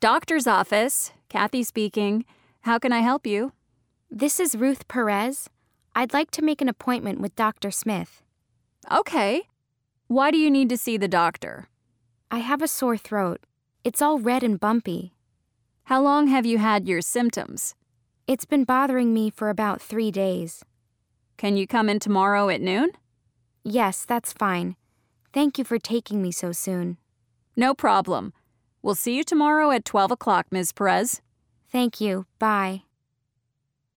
Doctor's office. Kathy speaking. How can I help you? This is Ruth Perez. I'd like to make an appointment with Dr. Smith. Okay. Why do you need to see the doctor? I have a sore throat. It's all red and bumpy. How long have you had your symptoms? It's been bothering me for about three days. Can you come in tomorrow at noon? Yes, that's fine. Thank you for taking me so soon. No problem. We'll see you tomorrow at 12 o'clock, Ms. Perez. Thank you. Bye.